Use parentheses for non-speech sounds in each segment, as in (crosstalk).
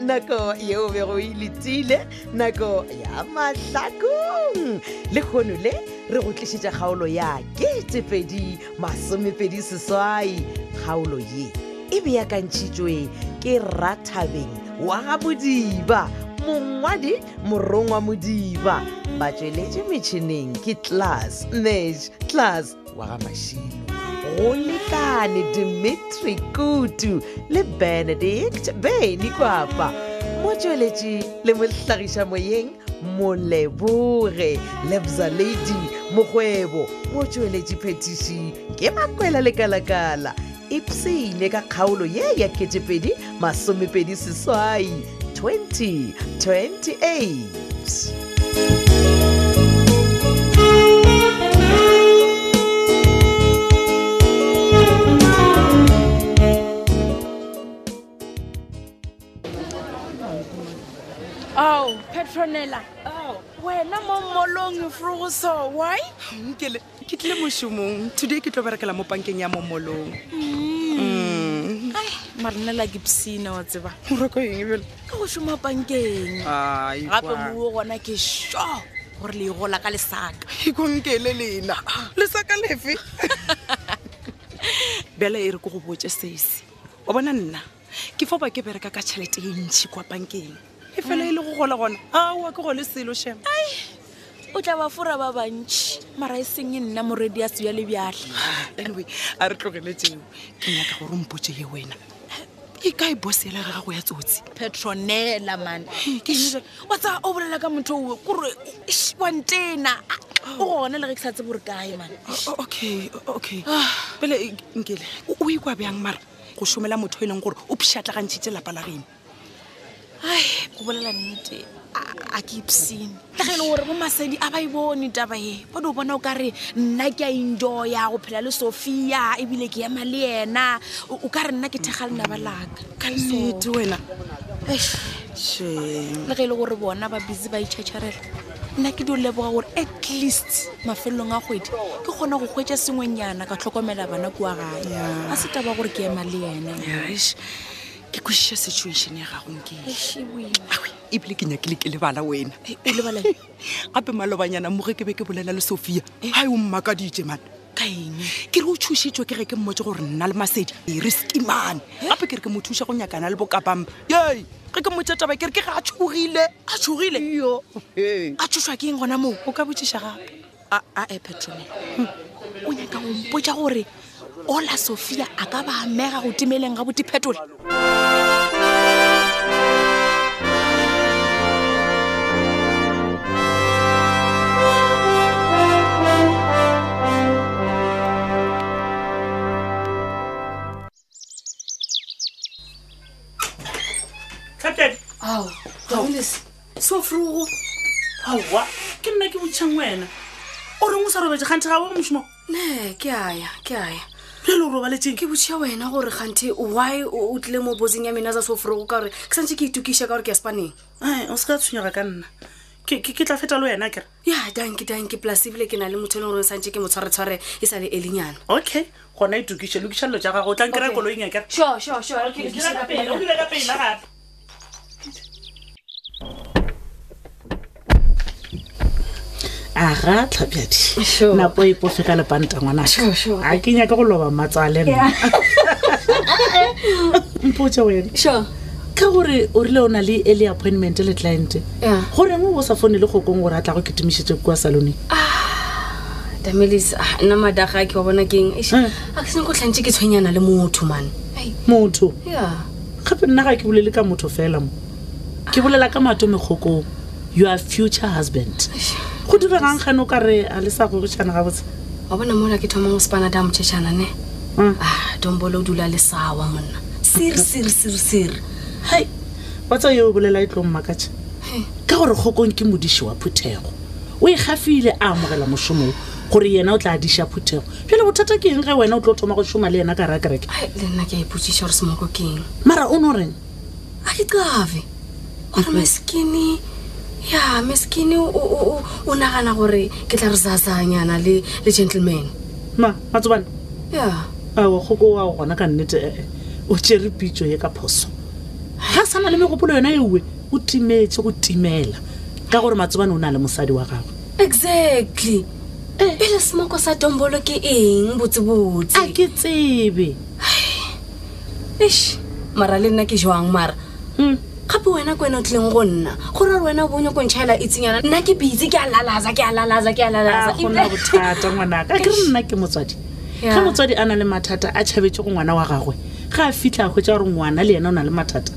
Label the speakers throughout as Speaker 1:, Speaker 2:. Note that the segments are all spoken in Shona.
Speaker 1: nako yeo bego e letile nako ya mahlakong le kgono le re go tlišitša kgaolo ya ketepedi masomepedi seswai kgaolo ye e beakantšhitšwe ke rathabeng wa gabodiba mongwadi morong wa modiba batsweletše metšhineng ke tlas nage tlas wa ga mašilo go lekane dimitri kutu le benedict beny kwapa motsweletši le mohlagiša moyeng moleboge lebza lady mokgwebo motsweletši phetiši ke makwela lekalakala ipsene ka kgaolo ye ya ketepedi masomepedi seswai 2028
Speaker 2: ao petronela Oh, wena mo mmolong frogo so why
Speaker 3: nkele ke tlile mošomong today ke tlo berekela mo pankeng ya momolong Mm.
Speaker 2: marenela ke psina wa tseba
Speaker 3: roko eng bele
Speaker 2: ka go šoma pankeng gape moo gona ke sure gore le gola ka lesaka
Speaker 3: ikonkele lena le saka (laughs) lefe bela e re ko go botse sese o bona nna ke foba ke bereka ka tšhelete e ntšhi kwa pankeng e fela e le go gola gona aowa ke gole selo shema
Speaker 2: o tla ba fora ba bantšhi mara e seng e nna moredi ya seja lebjale
Speaker 3: (sighs) anyway a re tlogele tseo ke nyaka gore o mpotse ye wena e kae bosela re gago ya tsotsi
Speaker 2: petronela man
Speaker 3: ke eng jwale?
Speaker 2: wa tsa o bolela ka motho oe kore eish, wa ntena Ah, o gona le ge ke sa tsebore kae man
Speaker 3: O- okay o- okay
Speaker 2: Ah.
Speaker 3: pele e- nkele o o ikwa bjang mara go šomela motho e leng gore o pšhatlagantšhitše lapa la geno
Speaker 2: ai go bolela nnete a- a ke ipsene le ge e le gore bo masedi a ba e bone taba e ba di o bona o ka re nna ke a enjoya go phela le sophia ebile ke ema le ena o o ka re nna ke thekga lenaba laka ka
Speaker 3: nnete
Speaker 2: lesoto
Speaker 3: wena
Speaker 2: le
Speaker 3: Shame.
Speaker 2: ge e le gore bona ba busy ba itšhatšharela nna ke dio leboga gore at least mafelelong a kgwedi ke kgona go kgwetsa sengwenyana ka tlhokomela bana kua gae
Speaker 3: Yeah.
Speaker 2: a se taba gore ke ema le ena
Speaker 3: Yeah, eish. ke kwešiša situation ya gago nkele
Speaker 2: Eish, e boima.
Speaker 3: Aowe, ebile ke nyakile ke lebala wena
Speaker 2: E- o lebala eng?
Speaker 3: gape malobanyana moge ke be ke bolela le sophia ga e o mmakaditše mane
Speaker 2: Eh? ka eng
Speaker 3: ke re o thušitšwe ke ge ke mmotse gore nna le masedi e re skimane
Speaker 2: Eh?
Speaker 3: gape ke re ke mo thuša go nyakana le bokapampa ye ge ke mmotse taba ke re ke ge a tšhogile a tšhogile
Speaker 2: a tshoswa ke eng gona moo
Speaker 3: o ka botsiša gape
Speaker 2: a epetrone o nyaka go mpotsa gore ola sophia a ka ba amega go timeleng ga botiphetola
Speaker 4: captain
Speaker 2: so frogo
Speaker 4: aowa ke nna ke botšhang wena o reng o sa robetse kgante ga o mošomo
Speaker 5: ne ke aya ke aya
Speaker 4: jale o robaletseng
Speaker 5: ke botšhia wena gore kgante why o o tlile mo botseng ya mena tsa soforogo ka gore ke santse ke itukiša ka gore ke ya spaneng
Speaker 4: Ai, o se ka tshwenyega ka nna ke ke- ke tla feta le wena kere
Speaker 5: ya danke danke plus ebile ke na le motho e leng gore santse ke mo tshwaretshware e sa le elenyana
Speaker 4: okay gona itukiše lokiša lelo ja gago o tla nkry-a koloing ya kere
Speaker 5: sure sure sure ke lokiša ka pele.
Speaker 4: aga tlhapjadi napo e pofe ka lepanta ngwanasa a ke nyaka go loba matsale (laughs) nna mpotse wena
Speaker 5: sure
Speaker 4: ka gore o rile o na le early appointment le client
Speaker 5: Yeah.
Speaker 4: goreng o bo sa fone le kgokong gore a tla go ketemišitse kwa saloneng
Speaker 5: damelis ah, nna madaga a ke wa bona keng Eish, a ke senko tlhantse ke tshwenyana le motho mane
Speaker 4: motho
Speaker 5: ya
Speaker 4: gape nna ga ke bolele ka motho fela mo ke bolela ka mato mekgokong your future husband go diregang gane o kare a le sa gogotšhana gabotse
Speaker 5: wa bona mola ke thomang go spana da motšhetšana ne
Speaker 4: Mm.
Speaker 5: ah dombole o dula le sawa monna siri siri siri siri
Speaker 4: hai watsa yo o bolela e tlo mmakatšha
Speaker 5: Hey.
Speaker 4: ka gore kgokong ke modiši wa phuthego o e gafile a amogela mošomong gore yena o tla adiša phuthego pele bothata ke eng ge wena o tlo thoma go šoma le yena ka raya kereke
Speaker 5: Ai, le nna ke a ipotsiša gore semoko keng
Speaker 4: mara o ne o reng
Speaker 5: a ke cave ore maskini ya maskini o- o o- o nagana gore ke tla re sasanyana le le gentleman
Speaker 4: ma matsobane
Speaker 5: ya
Speaker 4: Ah, eh, awa kgoko wa gona ka nnete ee o tšere pitso ye ka phoso ga sana le megopolo yona ewe o timetse go timela ka gore matsobane o na le mosadi wa gagwe
Speaker 5: exactly
Speaker 4: Eh.
Speaker 5: pele semoko sa tombolo ke
Speaker 4: a
Speaker 5: eng botsebotse
Speaker 4: ke tsebe
Speaker 5: ish mara le nna ke jwang mara
Speaker 4: Mm.
Speaker 5: gape wena ko wena o tlileng go nna gore re wena o bonya ko ntšhaela itsenyana nna ke bitse ke a lalaza ke a lalaza ke a
Speaker 4: a
Speaker 5: lalaza
Speaker 4: gona Ah,
Speaker 5: (laughs)
Speaker 4: bothata ngwanaka ke re nna ke motswadi
Speaker 5: Yeah.
Speaker 4: ge motswadi a na le mathata a tšhabetse go ngwana wa gagwe ga a fitlha a hwetsa gore ngwana le yena o na le mathata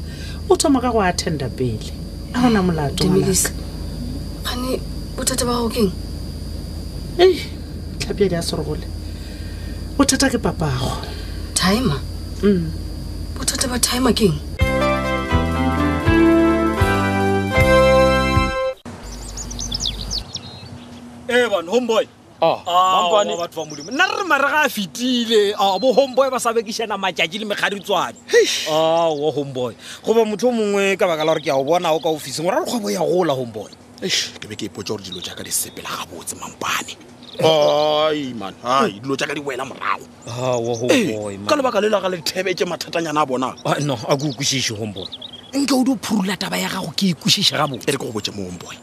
Speaker 4: o thoma ka go attenda pele a gona molato
Speaker 5: Dumedisa.
Speaker 4: ngwanaka
Speaker 5: gane bothata ba gago keng
Speaker 4: ei tlhapia di a serogole bothata ke papago
Speaker 5: timer
Speaker 4: Mm.
Speaker 5: bothata ba timer keng
Speaker 6: ee bane homeboy
Speaker 3: Mampane.
Speaker 6: Aowa, batho Ah, ba modimo nna re re mare ga a fetile a bo homeboy ba sa bekišana matšatši le mekgaditswane ao homeboy goba motho o mongwe ka baka la gore ke a o bona o ka ofising ora re kgwebo ya gola homeboy
Speaker 3: Eish, ke be ke ipotsa gore dilo jaaka di sepela gabotse mampane ai man ai dilo jaaka di wela morago
Speaker 6: ao
Speaker 3: ee
Speaker 6: Ah, homeboy
Speaker 3: ka lebaka le la ga lethebeke mathatanyana a bonang
Speaker 6: Ah, no a ke o kwešiše homeboy nke o di o phurula taba ya gago ke ikwešiše gabotse
Speaker 3: e re ke go botse moomboy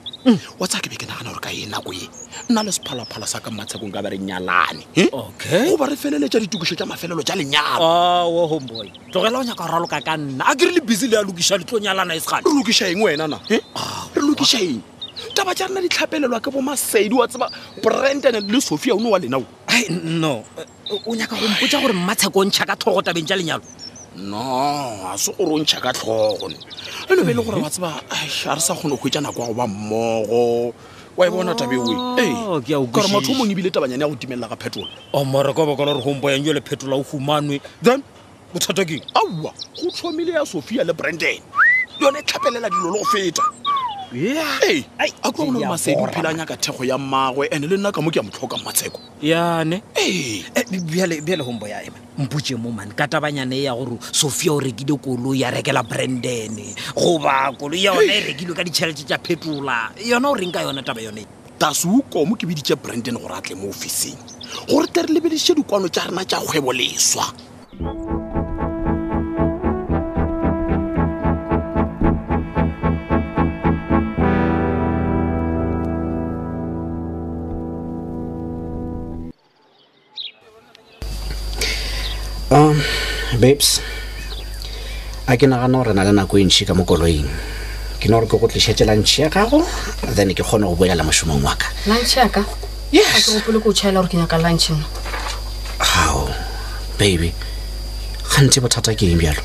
Speaker 3: wa tsa ke be ke nagana gore ka e nako e nna le sephalaphala sa ka matshekong ka ba re nyalane eh?
Speaker 6: Okay. Oh.
Speaker 3: goba re feleletša ditokišo tša mafelelo tša lenyalo
Speaker 6: ao Ah, homeboy tlogela o nyaka go raloka ka nna a ke rile busy le ya lokiša le tlo nyalana e segale
Speaker 3: re lokiša eng wena na eh? re lokiša eng taba tša rena di tlhapelelwa ke bomasedi wa tseba branden le sophia o ne wa lenao
Speaker 6: Ai, no Eh, o- o nyaka go mpotsa gore mmatsheko o ntšha ka tlhogo tabeng tša lenyalo
Speaker 3: no a se gore o ntšha ka tlhogone e no be le gore wa tseba ai, ga re sa kgone go hwetša nako ya go ba mmogo wa e bona tabe oe
Speaker 6: Oh, ke a o
Speaker 3: kagore motho o
Speaker 6: kwešiša.
Speaker 3: mongwe ebile tabanyane ya go timelela ga phetola
Speaker 6: omara Oh, ka baka la gore gomboyanyo le phetola o humanwe then bothata keng
Speaker 3: aowa go tlhomile ya sophia le branden yone e tlhapelela dilo le go feta ee
Speaker 6: Ai,
Speaker 3: a kua
Speaker 6: ke
Speaker 3: gole
Speaker 6: a
Speaker 3: masedi o
Speaker 6: bora,
Speaker 3: phelanya ka thekgo ya mmagwe and le nna ka mo ke ya motlhoka matsheko
Speaker 6: yane
Speaker 3: ee
Speaker 6: Eh, bjale gombo ya ema mpotse mo mane ka tabanyane e ya gore sophia o rekile koloi ya rekela branden goba koloi ya yona e rekilwe ka ditšhelete tša phetola yona o reng ka yona taba yone
Speaker 3: tase o komo ke biditše branden gore a tle mo officing gore tle re lebediše dikwano tša rena tša kgwebo leswa
Speaker 7: um babes a ke nagana gore na le nako e ntšhi ka mo koloing ke ne gore ke go tlišetse lantšhe ya gago then ke kgone go boelela mošomong wa ka
Speaker 5: lunch yaka a ke
Speaker 7: yes
Speaker 5: gopole ko o tšhaela gore ke nyaka lunch nna
Speaker 7: gao baby gante bothata ke eng bjalo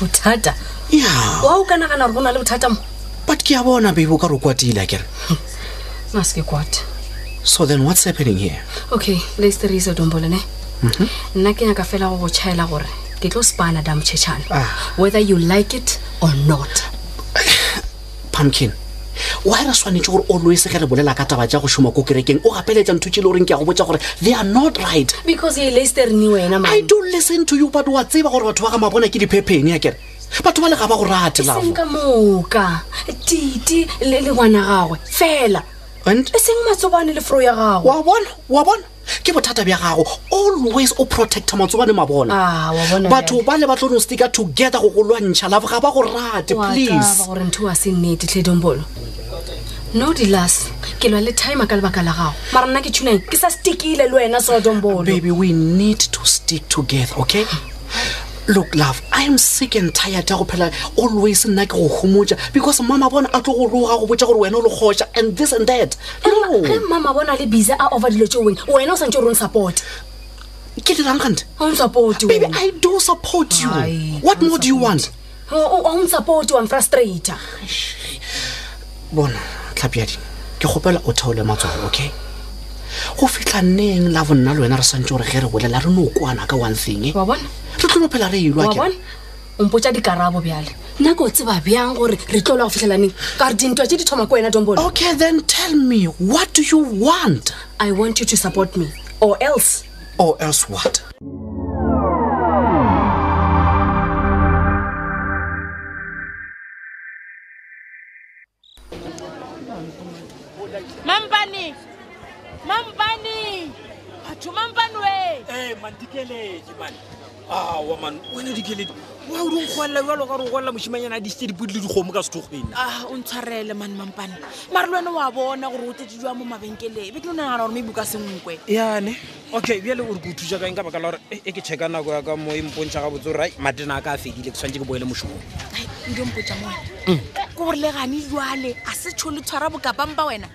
Speaker 5: bothata
Speaker 7: ya
Speaker 5: wa o ka nagana gore go na le bothata mo
Speaker 7: but ke a bona baby o ka re o kwatile akere
Speaker 5: maske kwate
Speaker 7: so then what's happening here
Speaker 5: okay leisterise dombolene
Speaker 7: Mhm.
Speaker 5: nna ke nyaka fela go go tšhaela gore ke tlo spana damotšhetšhane
Speaker 7: Ah.
Speaker 5: whether you like it or not
Speaker 7: pumpkin why re swanetse gore always ge re bolela ka taba tja go šoma ko kerekeng o gapeletša ntho tse le goreng ke ya go botsa gore they are not right
Speaker 5: because ye leister ne wena
Speaker 7: i
Speaker 5: man.
Speaker 7: don't listen to you but wa tseba gore batho ba ga mabona ke diphepeni akere batho ba le ga ba go rate
Speaker 5: Eseng
Speaker 7: lavo
Speaker 5: ka moka tite le le ngwana gagwe fela
Speaker 7: and
Speaker 5: e seng matsobane le fro ya gagwe
Speaker 7: wa bona wa bona ke bothata bja gago always o protecta matsobane mabona
Speaker 5: Ah, wa bona
Speaker 7: batho
Speaker 5: bjale.
Speaker 7: ba le ba tlo no sticka together go go lwantšha lavo ga ba go rate
Speaker 5: Wa taba
Speaker 7: please
Speaker 5: gore ntho wa se nnete tlhedombolo no dilas ke lwa le time ka lebaka la gago mara nna ke tuneng ke sa stikile le wena sodombolo
Speaker 7: baby we need to stick together okay look love i am sick and tired ya go phela always nna ke go gomotsa because mama bona a tlo go loga go botsa gore wena o le kgotsa and this and that no
Speaker 5: ge mama bona le busy a over dilo tse wena wena o santse o re o nsupport
Speaker 7: ke dirangkante
Speaker 5: a o nsupport
Speaker 7: baby i do support you
Speaker 5: Ai,
Speaker 7: what
Speaker 5: I'm
Speaker 7: more do you want
Speaker 5: a o nsupport wa nfrustrator
Speaker 7: bona tlhapiadi ke kgopela o theole matsogo okay go fitlha nneng la bonna le wena re santse gore ge re bolela re no kwana ka one thing eh?
Speaker 5: wa bona
Speaker 7: re tlo no phela re elwa
Speaker 5: wa
Speaker 7: ke
Speaker 5: bona ompotsa dikarabo bjale nna ke o tseba bjang gore re tlola go fitlhelaneng ka gore dintwa tse di thoma ko wena dombolo
Speaker 7: okay then tell me what do you want
Speaker 5: i want you to support me or else
Speaker 7: or else what
Speaker 2: mampane mampane batho mampane we
Speaker 6: mandikelee Eh, man aa man wena dikeledi wa o di nkgoelela jalo ka re o goelela mošimanyana a disitse dipodi le dikgomo ka sethokgwene
Speaker 2: a o ntshwarele mane mampane maare le wena wa bona gore o tete jwa mo mabenkeleng be ke no nagana gore maybe o ka senkwe
Speaker 6: yane okay bjale ore ke o thusa kaeng ka baka la gore e ke checka nako ya ka mo e mpontšha gabotse gore ai matena a ka a fedile ke tshwanetse ke boele mošomong
Speaker 2: Ai, nke mpotsa moena ko gore le gane jwale a se tsho le tshwara bokapang ba wena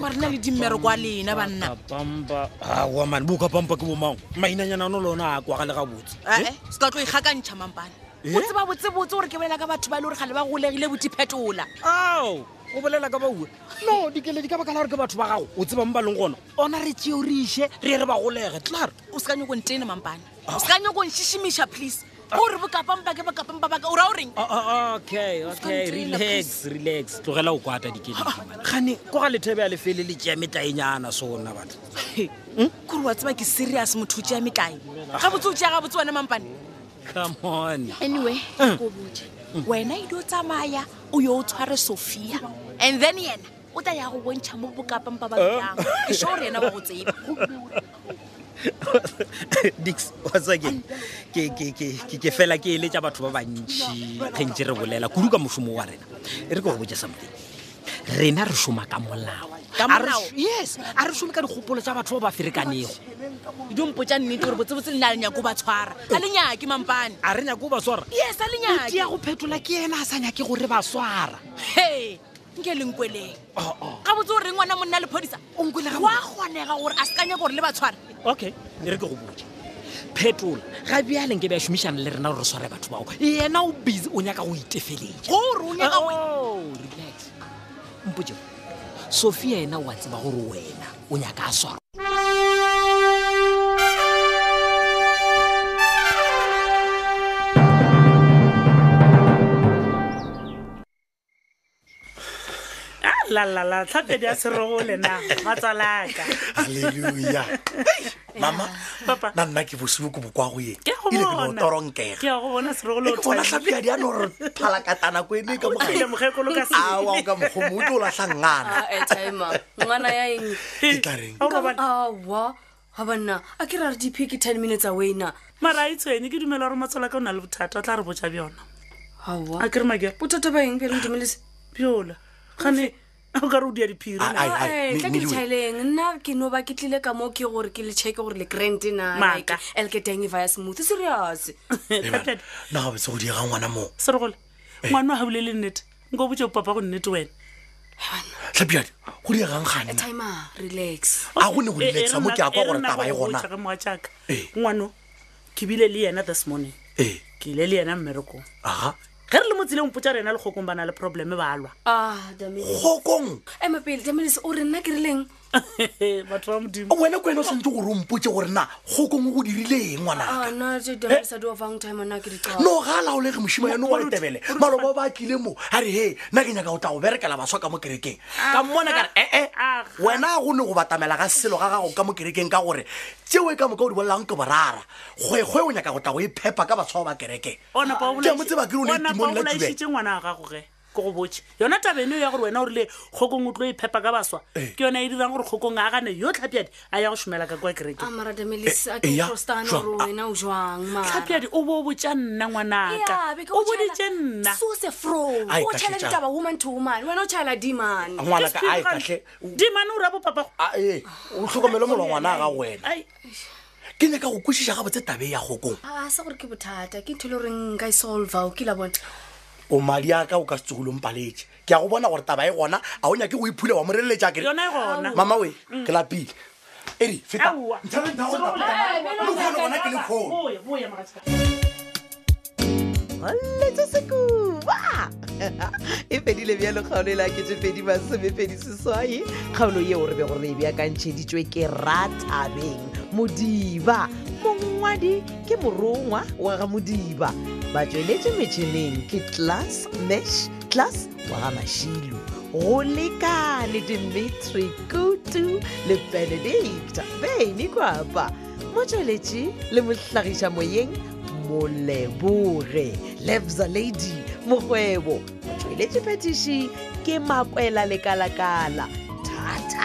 Speaker 2: mare na le dimmereko a lena banna
Speaker 6: bamba aa mane bo ka pampa ke bomang mainanyanano le ona a kwaga le gabotse
Speaker 2: ae Eh, se ka tlo ikgakantšha mampane
Speaker 6: Eh?
Speaker 2: o tseba botsebotse gore ke bolela ka batho ba e le gore ga le ba golegile botiphetola
Speaker 6: ao o bolela ka baue no dikeledi ka baka la gore ke batho ba gago o tsebang ba leng gona ona re tšeo re iše re re ba golege tlare
Speaker 2: o se ka nyako ntene mampane o se ka nyako nšišimiša please o re bokapang bake bokapang ba bake o ra o reng
Speaker 6: Ah, okay okay
Speaker 2: Skontrela,
Speaker 6: relax relax tlogela o kwata dikeledi gane Ah, ko ga lethebe a lefele le tšea metlaenyana sona batho
Speaker 2: hmm? kore wa tseba ke serious motho o tšea metlae gabotse o tšea gabotse wena mampane Hmm.
Speaker 6: come on
Speaker 2: anyway ko botse wena e dio tsamaya o yo o tshware sophia and then yena o tla ya go bontšha mo bokapang ba bakang ke sure gore yena ba go tseba
Speaker 6: (laughs) dix watsakeng ke fela ke eletša batho ba bantši kgentse re bolela kudu ka mošomo wa rena e re ke go botse something rena re šoma ka molao
Speaker 2: Ka
Speaker 6: A re
Speaker 2: molao?
Speaker 6: š- yes a re šome ka dikgopolo tša batho ba ba ferekanego
Speaker 2: (laughs) dio mpotsa nnete gore botsebotse le na lenyako ba tshwara a lenyake mampane
Speaker 6: a re nyako ba swara
Speaker 2: yes a
Speaker 6: ke
Speaker 2: lenyake
Speaker 6: ya go phetola ke ena a sa nyake gore ba swara
Speaker 2: he nke lenkweleng
Speaker 6: Oh, oh.
Speaker 2: gabotse o reng ngwana monna lephodisa
Speaker 6: O nkwele gabotse.
Speaker 2: wa kgonega gore a se ka nyaka gore le ba tshware
Speaker 6: okay e re ke go botse phetola ga bjaleng ke be a šomišana le rena gore re sware batho bao yena o busy o nyaka go itefeletša
Speaker 2: gore o nyaka wena
Speaker 6: Oh, relax mpotse sophia ena wa tseba gore wena o nyaka a swara
Speaker 4: Ah, lalala tlhapedi a serogo lena matsalaka
Speaker 8: halleluja mama
Speaker 4: Papa.
Speaker 8: na nna ke bosibo ko bokwa go yeng
Speaker 4: Ke a go
Speaker 8: ile ke no
Speaker 4: bona.
Speaker 8: toronkega
Speaker 4: ke ya go bona serogo le
Speaker 8: ke bona tlhapiadi a no re phalakatana ko ene ka
Speaker 4: tlile mokgekolo e ka
Speaker 8: mogaa o ka mokgomo o tlo o latlhangana
Speaker 5: airtima Ah, ngwana ya eng
Speaker 8: ke E tla
Speaker 4: (laughs)
Speaker 8: reng
Speaker 5: awa ga banna a ke ra re diphe ke ten minutes away na
Speaker 4: mara a itshwenye ke dumela gore matsalaka o na le bothata o tla re botsa bjona a
Speaker 5: awa
Speaker 4: ke re makea
Speaker 5: bothata ba eng pele ntumelese
Speaker 4: bjola gane o ka re o dia diphiri
Speaker 8: Ai,
Speaker 5: Ah,
Speaker 8: ai, me-
Speaker 5: tla ke
Speaker 8: Meduwe.
Speaker 5: letšhaeleng eh, nna ke no ba ke tlile ka moo ke gore ke le checke gore le grant na
Speaker 4: Maaka.
Speaker 5: elketang via smooth serious
Speaker 4: tlhapedi
Speaker 8: nna ga betse go diega ngwana moo
Speaker 4: serogole ngwana o gabile le nnete nko botse papa go nnete wena
Speaker 8: tlhapiadi go diegang ganna
Speaker 5: timer relax
Speaker 8: a go ne go
Speaker 4: E- e
Speaker 8: diletsa
Speaker 4: re
Speaker 8: mo ke a
Speaker 4: nako-
Speaker 8: kwa
Speaker 4: e
Speaker 8: gore
Speaker 4: re nako
Speaker 8: taba e
Speaker 4: ya go
Speaker 8: gona Eh.
Speaker 4: botša ka mowa jaaka
Speaker 8: Ee.
Speaker 4: ngwano ke bile le yena this morning
Speaker 8: ee
Speaker 4: ke ile le yena mmerekong
Speaker 8: aga
Speaker 4: ge re le mo tseleng potsa re yena legokong ba na le probleme ba lwa (laughs)
Speaker 5: ah damele
Speaker 8: kgokong
Speaker 5: ema pele damelese o re nna ke rileng
Speaker 4: batho ba modimo
Speaker 8: wena ko ene o tshwanetse gore o mpotse gore na kgokong o go dirileng
Speaker 4: Ah.
Speaker 8: ngwanaka
Speaker 5: ana tse damelese a di ofang time na ke di qala
Speaker 8: no ga a laolege mošima yane wa letebele maloba o ba tlile mo a re he nna ke nyaka o tla go berekela baswa ka mo kerekeng ka mmona kare ee
Speaker 4: Aga.
Speaker 8: wena a go ne go batamela ga selo ga gago ka mo kerekeng ka gore tseo e ka moka o di bolelang ke borara kgwekgwe o nyaka go tla go e phepa ka batshwa ba kerekeng
Speaker 4: O napa o
Speaker 8: Ke a mo tseba ke re o ne timong
Speaker 4: bolai- o napa o
Speaker 8: la Tibet.
Speaker 4: bolaišitše ngwana wa gagoge ke go botse yona tabeno ya gore wena o rile kgokong o tlo e phepa ka baswa
Speaker 8: Eh.
Speaker 4: ke yona e dirang gore kgokong a gane yo tlhapiadi a ya go šomela ka kwa kereke
Speaker 5: amara damelese Ah, a
Speaker 8: Eh,
Speaker 5: ke
Speaker 8: ya,
Speaker 5: prostane
Speaker 8: jwang?
Speaker 5: gore wena o jwang mara
Speaker 4: tlhapiadi o bo o botsa nna ngwanaka o boditse nna
Speaker 5: sose fro
Speaker 8: Ai,
Speaker 5: o
Speaker 8: ka
Speaker 5: tšhaela
Speaker 8: tjhetjang.
Speaker 5: ditaba woman to woman wena o tšhaela diman
Speaker 8: ngwanaka a e katlhe
Speaker 4: dimane o ra bopapago
Speaker 8: A, ee, o tlhokomele molwa ngwana a gago wena
Speaker 4: Ai,
Speaker 8: ke nyaka go kwešiša gabotse tabe ya kgokong
Speaker 5: a se gore Ah, ke bothata ke ntho le goreng nka e solva o kila bone
Speaker 8: o madi aka o ka se tsogolompaletše ke a go bona gore taba e gona a o nyake go iphule wa moreletša kere
Speaker 4: yona e gona
Speaker 8: mama we ke lapile ere feta
Speaker 4: Aowa.
Speaker 8: Ntshware nthago,
Speaker 4: Sebo-
Speaker 8: papa.
Speaker 4: Eh,
Speaker 8: Le kgone gona ke le kgono.
Speaker 4: Boya, boya, mogatšaka.
Speaker 1: golletsa sekuba (laughs) e fedile bjalo kgaolo e laketsepedi masomepedi seswai kgaolo yeo re be gore e beakantšheditšwe ke ratabeng modiba mongwadi ke morongwa wa ga modiba ba tsweletše metšhineng ke class mash class wa ga mašilu go lekane dimitri kutu le benedicta beny kwapa motsweletše le mohlagiša moyeng molebore lebza lady mogwebo motsweletše phetiši ke makwela lekalakala thata